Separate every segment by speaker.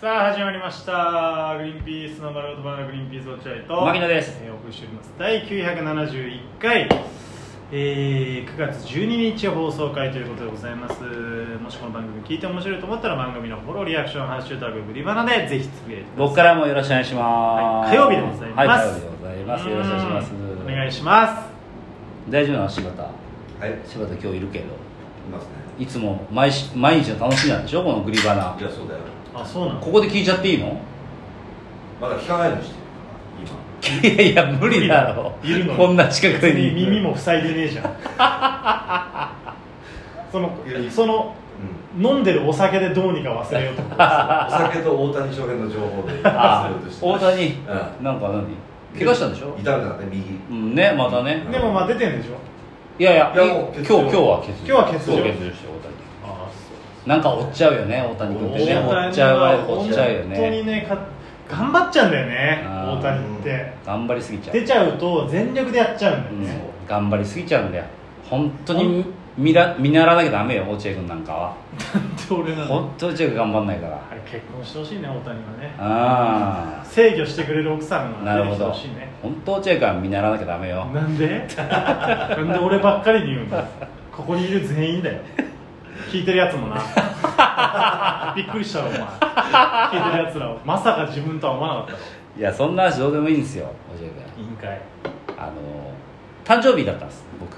Speaker 1: さあ始まりましたグリーンピースの丸ごとバナグリーンピース落合と
Speaker 2: 牧野です
Speaker 1: えーお送りしております第971回、えー、9月12日放送回ということでございますもしこの番組聞いて面白いと思ったら番組のフォローリアクションハッシュタググリバナでぜひつぶやいてください
Speaker 2: 僕からもよろしくお願いします、
Speaker 1: はい火曜日でございます
Speaker 2: はい火曜日でございますよろしくお願いします
Speaker 1: うんお願いします
Speaker 2: 大丈夫なの柴田
Speaker 3: はい、い
Speaker 2: 柴田今日いるけど
Speaker 3: ますね。
Speaker 2: いつも毎し毎日の楽しみなんでしょこのグリバナ
Speaker 3: いや、そうだよ。
Speaker 1: あそうなの
Speaker 2: ここで聞いちゃっていいの
Speaker 3: まだ聞かないようにしてる。
Speaker 2: いやいや無理だろ
Speaker 1: いるの
Speaker 2: こんな近く
Speaker 1: 別に
Speaker 2: に
Speaker 1: 耳も塞いでねえじゃん その
Speaker 3: いや
Speaker 1: その
Speaker 3: 今。
Speaker 1: 飲んでるお酒でどうにか忘れようと思ってます
Speaker 3: うん。お酒と大谷翔平の情報で
Speaker 2: あ
Speaker 3: 忘れようとして
Speaker 2: 大谷、
Speaker 3: う
Speaker 2: なんか何怪我したんでしょ
Speaker 3: 痛んだね、右。
Speaker 2: うんねまた ね
Speaker 1: でもまあ出てんでしょ
Speaker 2: いやいや
Speaker 3: いや
Speaker 2: 今
Speaker 3: もう欠
Speaker 2: 日
Speaker 3: 場
Speaker 2: 今日は欠場
Speaker 1: 今日は欠場
Speaker 2: 今日して大谷
Speaker 1: あ
Speaker 2: なんか追っちゃうよね大谷君ってね
Speaker 3: 大谷
Speaker 2: 追っちゃうわ追っちゃうよ
Speaker 1: 本当に
Speaker 2: ね
Speaker 1: ねか頑張っちゃうんだよね
Speaker 2: あー
Speaker 1: 大谷って
Speaker 2: 頑張りすぎちゃう
Speaker 1: 出ちゃうと全力でやっちゃうんだよ
Speaker 2: うん
Speaker 1: ね、
Speaker 2: 頑張りすぎちゃうんだよ本当に見ら見習わなきゃダメよ落合君なんかは
Speaker 1: で俺なの
Speaker 2: 本当に落合君頑張んないから
Speaker 1: あれ結婚してほしいね大谷はね
Speaker 2: あ
Speaker 1: 制御してくれる奥さ
Speaker 2: あ
Speaker 1: ん
Speaker 2: な
Speaker 1: が出て
Speaker 2: るほ
Speaker 1: きて
Speaker 2: ど
Speaker 1: ほしいね
Speaker 2: 本当落合君は見習わなきゃダメよ
Speaker 1: なんで なんで俺ばっかりに言うんだここにいる全員だよ聞いてるやつもな びっくりしたろお前聞いてるやつらをまさか自分とは思わなかったろ
Speaker 2: いやそんな話どうでもいいんですよ落合
Speaker 1: 委員会へ
Speaker 2: 君あの誕生日だったんです僕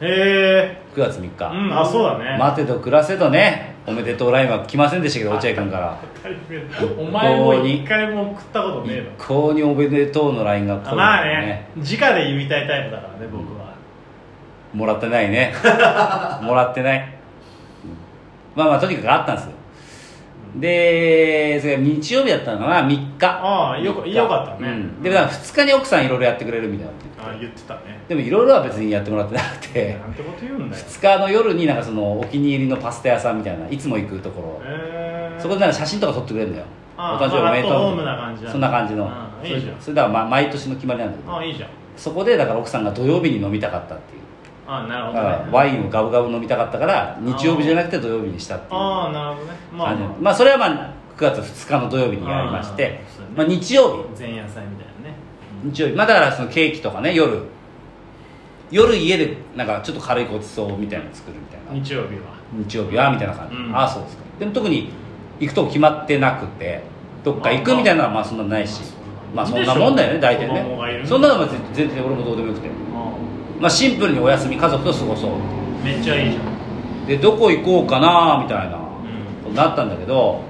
Speaker 1: え
Speaker 2: 9月3日、
Speaker 1: うんあそうだね
Speaker 2: 待てど暮らせどねおめでとうラインは来ませんでしたけど落合君から
Speaker 1: お前も一回も食ったことねえ
Speaker 2: 一
Speaker 1: の
Speaker 2: 向におめでとうのラインが来
Speaker 1: あ
Speaker 2: る
Speaker 1: まあね直で言いたいタイプだからね僕は、
Speaker 2: もらってない ねもらってない、うんまあまあとにかくあったんですよでそれが日曜日だったのかな3日
Speaker 1: ああよか
Speaker 2: 3日
Speaker 1: よかったね
Speaker 2: うんでだから2日に奥さんいろいろやってくれるみたいなこと
Speaker 1: あ
Speaker 2: 言
Speaker 1: 言
Speaker 2: って
Speaker 1: ってたね
Speaker 2: でもいろいろは別にやってもらってなくて
Speaker 1: なんてこと言うんだよ
Speaker 2: 2日の夜になんかそのお気に入りのパスタ屋さんみたいないつも行くところ
Speaker 1: へえ
Speaker 2: そこでなんか写真とか撮ってくれるんだよお
Speaker 1: ああ
Speaker 2: 誕生日おめ
Speaker 1: まあアッ
Speaker 2: でとう
Speaker 1: トホームな感じだ
Speaker 2: そんな感じの
Speaker 1: うんいいじゃん
Speaker 2: それそれではまあ毎年の決まりなんだけ
Speaker 1: ああ
Speaker 2: ど
Speaker 1: いいじゃん
Speaker 2: そこでだから奥さんが土曜日に飲みたかったっていう
Speaker 1: ああな
Speaker 2: だ
Speaker 1: る
Speaker 2: か
Speaker 1: ほど、
Speaker 2: ら
Speaker 1: ね、
Speaker 2: ワインをガブガブ飲みたかったから日曜日じゃなくて土曜日にしたっていう
Speaker 1: ああなるほどねまあ、
Speaker 2: 感じ
Speaker 1: ま
Speaker 2: まあそれはまあ9月2日の土曜日にやりまして
Speaker 1: あーそうね
Speaker 2: まあ、日曜
Speaker 1: あ、前夜祭みたいなね
Speaker 2: 日日曜日まあだからそのケーキとかね夜夜家でなんかちょっと軽いごちそうみたいなの作るみたいな
Speaker 1: 日曜日は
Speaker 2: 日曜日はみたいな感じ、
Speaker 1: うん
Speaker 2: ああそうですかでも特に行くとこ決まってなくてどっか行くみたいなのはまあそんなないし
Speaker 1: ま
Speaker 2: ま
Speaker 1: あ
Speaker 2: あ
Speaker 1: そ
Speaker 2: そ
Speaker 1: ん
Speaker 2: ん
Speaker 1: な
Speaker 2: な
Speaker 1: も
Speaker 2: も
Speaker 1: ん
Speaker 2: ん
Speaker 1: で
Speaker 2: だ
Speaker 1: しょ
Speaker 2: よね大体
Speaker 1: 子供がいるん
Speaker 2: ね
Speaker 1: だ
Speaker 2: そんなのは別に全然俺もどうでもよくて、
Speaker 1: あ
Speaker 2: まあ、シンプルにお休み家族と過ごそう
Speaker 1: あめっちゃいいじゃん
Speaker 2: でどこ行こうかなみたいな
Speaker 1: う
Speaker 2: ことになったんだけど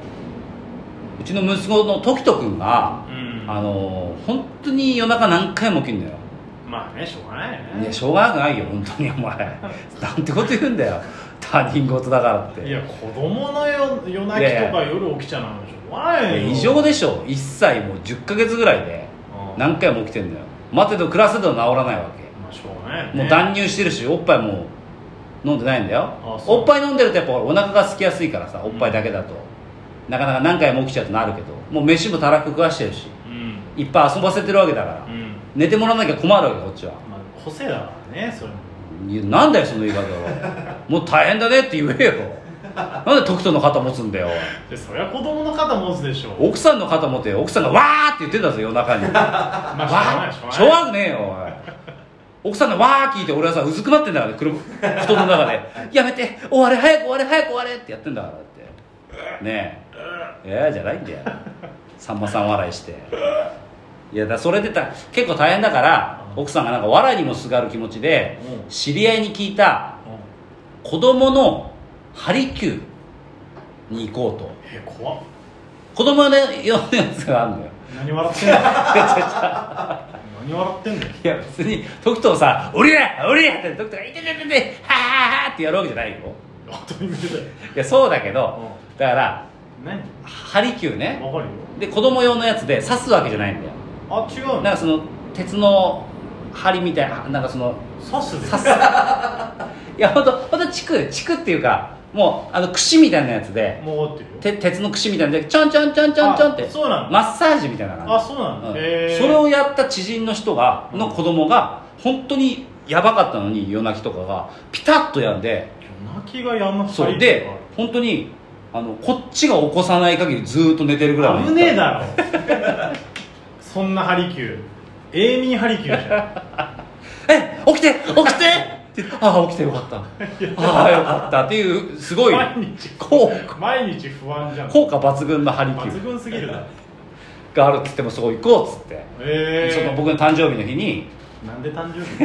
Speaker 2: うちの息子の時く君が、
Speaker 1: ん、うん、
Speaker 2: あの本当に夜中何回も起きるのよ
Speaker 1: まあねしょうがないよ
Speaker 2: い
Speaker 1: ね
Speaker 2: やしょうがなくないよ本当にお前なんてこと言うんだよ他人事だからって
Speaker 1: いや子供の夜夜泣
Speaker 2: い
Speaker 1: き
Speaker 2: やい
Speaker 1: と
Speaker 2: や
Speaker 1: か夜起きちゃうのはしょうがないよ
Speaker 2: 異常でしょ1歳もう10ヶ月ぐらいで
Speaker 1: ああ
Speaker 2: 何回も起きてんだよ待てど暮らせど治らないわけ
Speaker 1: まあしょうがないよね
Speaker 2: もう断乳してるしおっぱいもう飲んでないんだよ
Speaker 1: あそう
Speaker 2: おっぱい飲んでるとやっぱお腹が空きやすいからさおっぱいだけだと、なかなか何回も起きちゃうとなるけどもう飯もたらふく食わしてるし
Speaker 1: うん
Speaker 2: いっぱい遊ばせてるわけだから、
Speaker 1: うん
Speaker 2: 寝てもらわなきゃ困るわけこっちは
Speaker 1: まあ個性だからねそれも
Speaker 2: いやなんだよその言い方はもう大変だねって言 えよなんで時人の肩持つんだよ
Speaker 1: でそりゃ子供の肩持つでしょう
Speaker 2: 奥さんの肩持って奥さんがわーって言ってんだぞ夜中に
Speaker 1: まあ
Speaker 2: わ
Speaker 1: しょう
Speaker 2: ー
Speaker 1: がない
Speaker 2: しょうがねえよおい奥さんがわー聞いて俺はさうずくまってんだからね車布団の中 で「やめて終われ早く終われ早く終われ」ってやってんだからだってねえ「えー、じゃないんだよさんまさん笑いしていやだからそれでた結構大変だから奥さんがなんか笑いにもすがる気持ちで
Speaker 1: うん
Speaker 2: 知り合いに聞いた
Speaker 1: しょうがない
Speaker 2: 子供のハリキューに行こうと
Speaker 1: うんえ怖っ
Speaker 2: 子供の用のやつがあるのよ
Speaker 1: 何笑ってんの 何笑ってんの
Speaker 2: いや別に時とさ「降りれ降りれ!」って時とが「いててててはあはあ」ってやるわけじゃないよ
Speaker 1: 当たり前だよ
Speaker 2: いやそうだけどだから
Speaker 1: 何
Speaker 2: ハリキューね
Speaker 1: わかるよ
Speaker 2: で子供用のやつで刺すわけじゃないんだよ
Speaker 1: あ違う
Speaker 2: なん
Speaker 1: の
Speaker 2: かその鉄の針みたいななんかその
Speaker 1: 刺すで
Speaker 2: 刺すいやほんとほんとチクチクっていうかもうあの串みたいなやつで
Speaker 1: もう合ってるよ
Speaker 2: て鉄の串みたいなやつでちょんちょんちょんちょんちょんっ
Speaker 1: あ
Speaker 2: て
Speaker 1: そうなの
Speaker 2: マッサージみたいな感じ
Speaker 1: あそうな
Speaker 2: うん
Speaker 1: のへえ
Speaker 2: それをやった知人の人がの子供が本当にやばかったのに夜泣きとかがピタッとやんで
Speaker 1: 夜泣きがやんな
Speaker 2: そうで本当にあのこっちが起こさない限りずーっと寝てるぐらいまで
Speaker 1: 危ねえだろ そんなハリキュー永眠ハリキューじゃ
Speaker 2: え起きて起きて ってああ起きてよかったああよかったっていうすごい
Speaker 1: 毎日
Speaker 2: 効
Speaker 1: ん毎日不安じゃん
Speaker 2: 効果抜群のハリキ
Speaker 1: 抜
Speaker 2: ュー
Speaker 1: 群すぎるな
Speaker 2: があるっつってもそこ行こうっつって、
Speaker 1: え
Speaker 2: その
Speaker 1: え
Speaker 2: 僕の誕生日の日に
Speaker 1: なんで誕生日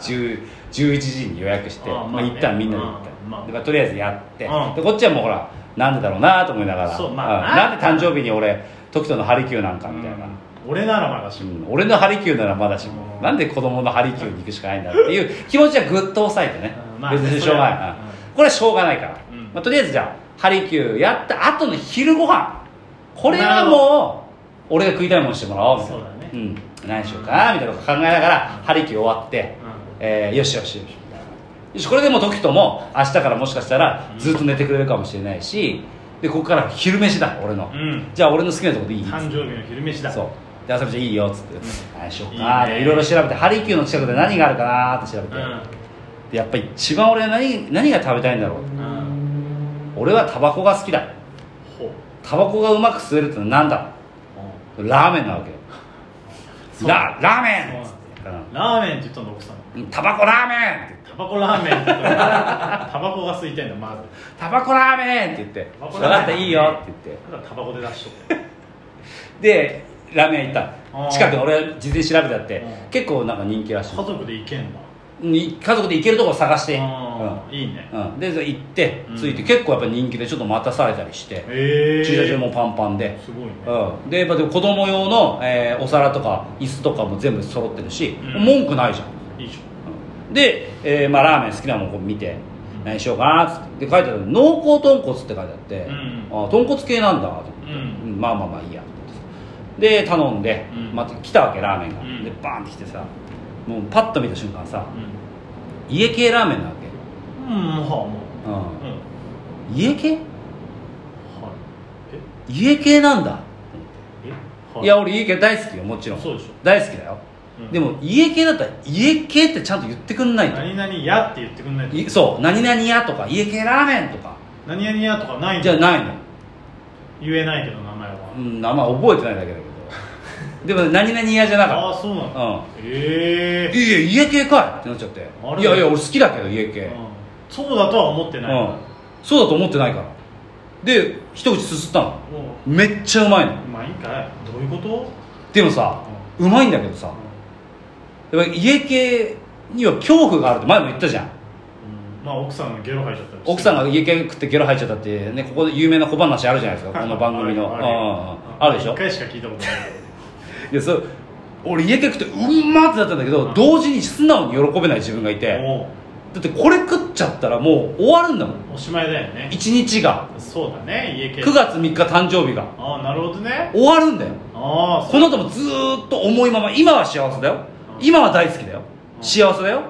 Speaker 2: 10 11時に予約して
Speaker 1: ああ
Speaker 2: まあ
Speaker 1: まあね
Speaker 2: 一旦みんなで行っ
Speaker 1: うんまあ
Speaker 2: たでまあとりあえずやって、
Speaker 1: うん
Speaker 2: でこっちはもうほらなんでだろうなと思いながら
Speaker 1: そうまあ
Speaker 2: うん
Speaker 1: な
Speaker 2: なんで誕生日に俺時とのハリキューなんかみたいな、
Speaker 1: うん俺ならまだし
Speaker 2: う
Speaker 1: も
Speaker 2: ん俺のハリキューならまだしも
Speaker 1: うん
Speaker 2: なんで子供のハリキューに行くしかないんだっていう気持ちはぐっと抑えてね、
Speaker 1: うんまあ
Speaker 2: 別にしょうがない、
Speaker 1: それは
Speaker 2: うん
Speaker 1: う
Speaker 2: これはしょうがないから、
Speaker 1: うん
Speaker 2: まあ、とりあえずじゃあハリキューやった後の昼ご飯これは
Speaker 1: なるほ
Speaker 2: もう俺が食いたいものしてもらおうみたいな
Speaker 1: そうだね
Speaker 2: うん、何しようかなみたいなこと考えながら
Speaker 1: うん
Speaker 2: ハリキュー終わって、えーよしよしよしみたいなよしこれでもう時とも明日からもしかしたらずっと寝てくれるかもしれないしでここから昼飯だ俺の、
Speaker 1: うん
Speaker 2: じゃあ俺の好きなとこでいい
Speaker 1: 誕生日の昼飯だ
Speaker 2: そうで朝ちゃんいいよっつって「あしようか」
Speaker 1: いいね
Speaker 2: いろいろ調べてハリキューの近くで何があるかなーって調べて、
Speaker 1: う
Speaker 2: でやっぱり一番俺は何何が食べたいんだろうん
Speaker 1: うん
Speaker 2: 俺はタバコが好きだ
Speaker 1: ほう
Speaker 2: タバコがうまく吸えるってのは何だラーメンなわけよ
Speaker 1: そう
Speaker 2: ララーメンっつ
Speaker 1: そ
Speaker 2: っ
Speaker 1: う
Speaker 2: てうん
Speaker 1: ラーメンって言ったの奥さん
Speaker 2: うんタバコラーメンって言って
Speaker 1: タバコラーメンって言ったのタバコが空いてんだまず
Speaker 2: タバコラーメンって言って「
Speaker 1: タバ
Speaker 2: 分
Speaker 1: コラーメン
Speaker 2: かったいいよ」って言って
Speaker 1: ただタバコで出しとく
Speaker 2: でラーメン屋行った
Speaker 1: あー
Speaker 2: 近く俺事前に調べてあって
Speaker 1: うん
Speaker 2: 結構なんか人気らしい
Speaker 1: 家族で行けんだ
Speaker 2: に家族で行けるとこ探してうん
Speaker 1: あーいいね
Speaker 2: うん、で行って
Speaker 1: うん
Speaker 2: 着いて、結構やっぱ人気でちょっと待たされたりして、
Speaker 1: へえ
Speaker 2: 駐車場もパンパンで、
Speaker 1: すごいね
Speaker 2: うん、でやっぱでも子供用の、えーお皿とか椅子とかも全部揃ってるし、
Speaker 1: うん
Speaker 2: 文句ないじゃん、
Speaker 1: いいじ
Speaker 2: うんで、えーまあ、ラーメン好きなもんこう見て
Speaker 1: うん
Speaker 2: 何しようかなっつってで書いてある濃厚豚骨って書いてあって、
Speaker 1: うん
Speaker 2: あ豚骨系なんだと思って、
Speaker 1: うん
Speaker 2: まあまあまあいいやと思ってで頼んで、
Speaker 1: うん
Speaker 2: また来たわけラーメンが、
Speaker 1: うん
Speaker 2: でバーンって来てさもうパッと見た瞬間さ
Speaker 1: ゃんうん
Speaker 2: 家系ラーメンなわけ、
Speaker 1: うんはあも
Speaker 2: うん
Speaker 1: ううんは
Speaker 2: 家系
Speaker 1: い
Speaker 2: 家系なんだ、、
Speaker 1: ええはい
Speaker 2: や俺家系大好きよもちろん
Speaker 1: そうでしょ
Speaker 2: 大好きだよ、
Speaker 1: うん
Speaker 2: でも家系だったら家系ってちゃんと言ってくんないと
Speaker 1: 何々やって言ってくんないと
Speaker 2: いそう何々屋とか家系ラーメンとか
Speaker 1: 何々やとかないん
Speaker 2: じゃ
Speaker 1: だ
Speaker 2: ないの、
Speaker 1: 言えないけど名前は
Speaker 2: うん、名前覚えてないだけだ けどでも何々屋じゃな
Speaker 1: あ
Speaker 2: かっ
Speaker 1: あそうなん
Speaker 2: た
Speaker 1: だ
Speaker 2: う
Speaker 1: え
Speaker 2: ん
Speaker 1: え
Speaker 2: いやいや家系かいってなっちゃって
Speaker 1: あれ
Speaker 2: いやいや俺好きだけど家系、
Speaker 1: うんそうだとは思って
Speaker 2: う
Speaker 1: ない
Speaker 2: ん、そうだと思ってないからで一口すすったの
Speaker 1: も
Speaker 2: めっちゃうまいの
Speaker 1: うまあいいかいどういうこと
Speaker 2: でもさうまいんだけどさやっぱり家系には恐怖があるって前も言ったじゃん
Speaker 1: うんまあ奥さんがゲロ吐いちゃったりして
Speaker 2: 奥さん が家系食ってゲロ吐いちゃったってねここで有名な小話あるじゃないですかこの番組
Speaker 1: あ
Speaker 2: のう
Speaker 1: る
Speaker 2: んうんうんあるでしょ
Speaker 1: 一回しか聞いたことないけど
Speaker 2: でそう俺家系食ってうんまってなったんだけど同時に素直に喜べない自分がいて
Speaker 1: も
Speaker 2: だってこれ食っちゃったらもう終わるんだもん
Speaker 1: うおしまいだよね
Speaker 2: 一日が
Speaker 1: そうだね家系
Speaker 2: 9月3日誕生日が
Speaker 1: ああなるほどね
Speaker 2: 終わるんだよ
Speaker 1: ああ
Speaker 2: この後もずーっと重いまま今は幸せだよ
Speaker 1: うん
Speaker 2: 今は大好きだよ
Speaker 1: うん
Speaker 2: 幸せだよ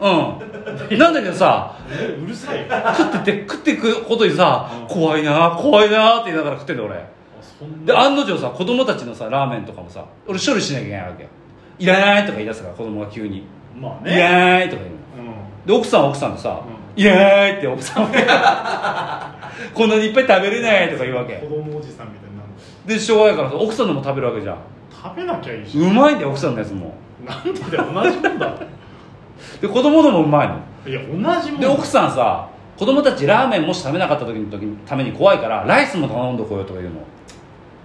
Speaker 2: う んなんだけどさ
Speaker 1: うる さいよ
Speaker 2: 食ってて食ってくことにさ
Speaker 1: うん
Speaker 2: 怖いな怖いなって言いながら食ってんだ俺
Speaker 1: そん
Speaker 2: で
Speaker 1: な
Speaker 2: 案の定さ子供たちのさラーメンとかもさ俺処理しなきゃいけないわけよいらないとか言い出すから子供が急に
Speaker 1: まあ
Speaker 2: いら
Speaker 1: ね
Speaker 2: ないとか言う
Speaker 1: う
Speaker 2: の
Speaker 1: ん
Speaker 2: で奥さんは奥さんでさ「
Speaker 1: う
Speaker 2: いらない」って奥さんは こんなにいっぱい食べれないとか言うわけ
Speaker 1: 子供おじさんみたいになるんだよ
Speaker 2: でしょうがないからさ奥さんのも食べるわけじゃん
Speaker 1: 食べなきゃいいし
Speaker 2: うまいんだよ奥さんのやつも
Speaker 1: なんでだよ同じもんだ
Speaker 2: で子供のもうまいの
Speaker 1: いや同じもん
Speaker 2: で
Speaker 1: だ
Speaker 2: 奥さんさ子供たちラーメンもし食べなかった時の時のために怖いからライスも頼んでこようとか言うの
Speaker 1: 本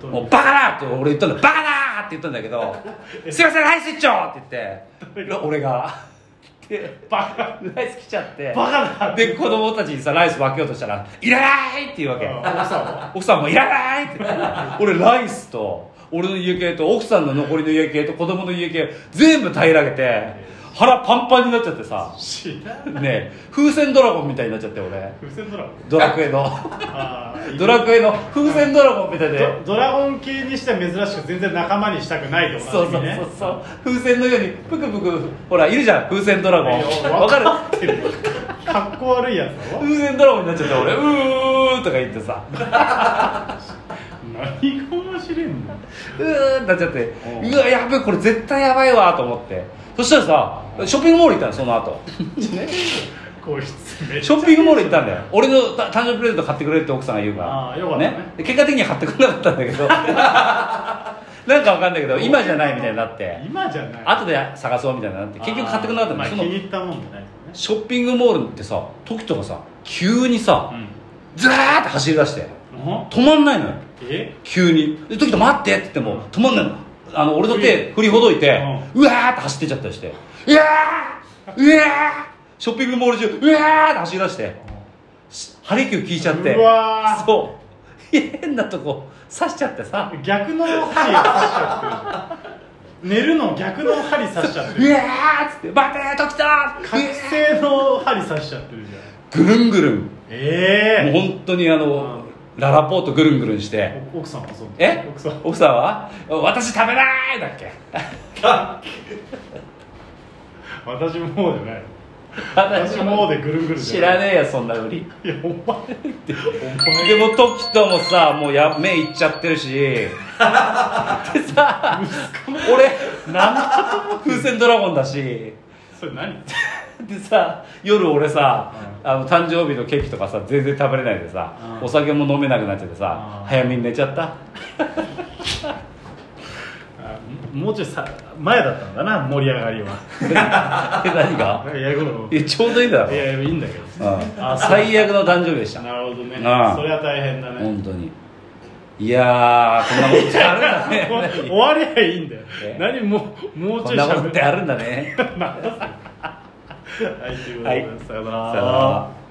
Speaker 1: 当
Speaker 2: もう
Speaker 1: に
Speaker 2: バカだって俺言ったんだバカだって言ったんだけど「すいませんライス一丁!」って言って俺がで
Speaker 1: バカ
Speaker 2: ライス来ちゃって
Speaker 1: バカだ
Speaker 2: で子供たちにさライス分けようとしたら「いらない!」って言うわけ
Speaker 1: うん奥さんは
Speaker 2: 奥さんも「いらない!」って言って俺ライスと俺の家系と奥さんの残りの家系と子供の家系全部平らげて腹パンパンになっちゃってさ
Speaker 1: 知らん
Speaker 2: ねえ風船ドラゴンみたいになっちゃって俺
Speaker 1: 風船ドラゴン
Speaker 2: ドラク エの
Speaker 1: あー
Speaker 2: ドラクエの風船ドラゴンみたいで
Speaker 1: ドドラゴン系にしては珍しく全然仲間にしたくないと
Speaker 2: そうそうそうそう風船のようにぷくぷくほらいるじゃん風船ドラゴンわ
Speaker 1: わ
Speaker 2: か
Speaker 1: か
Speaker 2: る
Speaker 1: ってるかっこ悪いやつだろ
Speaker 2: 風船ドラゴンになっちゃって俺「うー」とか言ってさ
Speaker 1: 何が面白いんだ
Speaker 2: うーんなっちゃって
Speaker 1: うん
Speaker 2: うわやべえこれ絶対やばいわと思ってそしたらさショッピングモール行ったのその後ね
Speaker 1: こいつめっちゃ
Speaker 2: ショッピングモール行ったんだよ俺の誕生日プレゼント買ってくれって奥さんが言うから
Speaker 1: あーよかったね
Speaker 2: で結果的には買ってくれなかったんだ けどなんかわかんないけど今じゃないみたいになって
Speaker 1: 今じゃない
Speaker 2: 後で探そうみたいになって結局買ってくれなかったん
Speaker 1: ま
Speaker 2: だ
Speaker 1: あ
Speaker 2: け
Speaker 1: 気
Speaker 2: ど
Speaker 1: に
Speaker 2: その
Speaker 1: 入ったもんじゃないけ
Speaker 2: ショッピングモールってさ時とかさ急にさ
Speaker 1: どね
Speaker 2: ザーって走り出して
Speaker 1: うんお
Speaker 2: 止まんないのよ
Speaker 1: え
Speaker 2: 急に「で時と待って」って言っても止まんないのあの俺の手振りほどいて、うわーって走ってっちゃったりして「うわーうわー!」ショッピングモール中「うわー!」って走り出してハリキュー聞いちゃって
Speaker 1: うわー
Speaker 2: そう 変なとこ刺しちゃってさ
Speaker 1: 逆の針刺しちゃってるじゃん寝るの逆の針刺しちゃ
Speaker 2: 「
Speaker 1: って
Speaker 2: う
Speaker 1: る
Speaker 2: わー!」っつって「待てー時と!」
Speaker 1: 覚醒の針刺しちゃってるじゃん
Speaker 2: ぐるんぐるん、
Speaker 1: え
Speaker 2: もう本当にあの、ララポートぐるんぐるんして、
Speaker 1: え奥さんはそう
Speaker 2: え
Speaker 1: 奥さん
Speaker 2: 奥さんは私食べないだっけ
Speaker 1: 私もうじゃない私もうでぐるんぐるんじ
Speaker 2: 知
Speaker 1: ゃない
Speaker 2: らねえよそんな売り
Speaker 1: いやお前ってお前
Speaker 2: でも時ともさもうや目いっちゃってるしでさ俺風船ドラゴンだし
Speaker 1: それ何
Speaker 2: でさ夜俺さ、あの誕生日のケーキとかさ全然食べれないでさ、
Speaker 1: うん
Speaker 2: お酒も飲めなくなっちゃってさ、
Speaker 1: うん
Speaker 2: 早めに寝ちゃった
Speaker 1: あもうちょいさ前だったんだな盛り上がりは
Speaker 2: え何
Speaker 1: なん
Speaker 2: が
Speaker 1: かやること
Speaker 2: いやちょうどいいだろ
Speaker 1: い、やいやいいんだけ
Speaker 2: う
Speaker 1: ど
Speaker 2: ん
Speaker 1: あそう
Speaker 2: 最悪の誕生日でした
Speaker 1: なるほどね
Speaker 2: ああ
Speaker 1: それは大変だね
Speaker 2: 本当にいやーこんな ことってあるんだ
Speaker 1: も
Speaker 2: ね
Speaker 1: う終わりゃいいんだよ
Speaker 2: え
Speaker 1: 何もうもう
Speaker 2: こ
Speaker 1: ちょ
Speaker 2: ん
Speaker 1: い
Speaker 2: な
Speaker 1: しゃ
Speaker 2: こと
Speaker 1: べ
Speaker 2: ってあるんだね
Speaker 1: はいということで
Speaker 2: はい
Speaker 1: さよな
Speaker 2: さよなら
Speaker 1: ら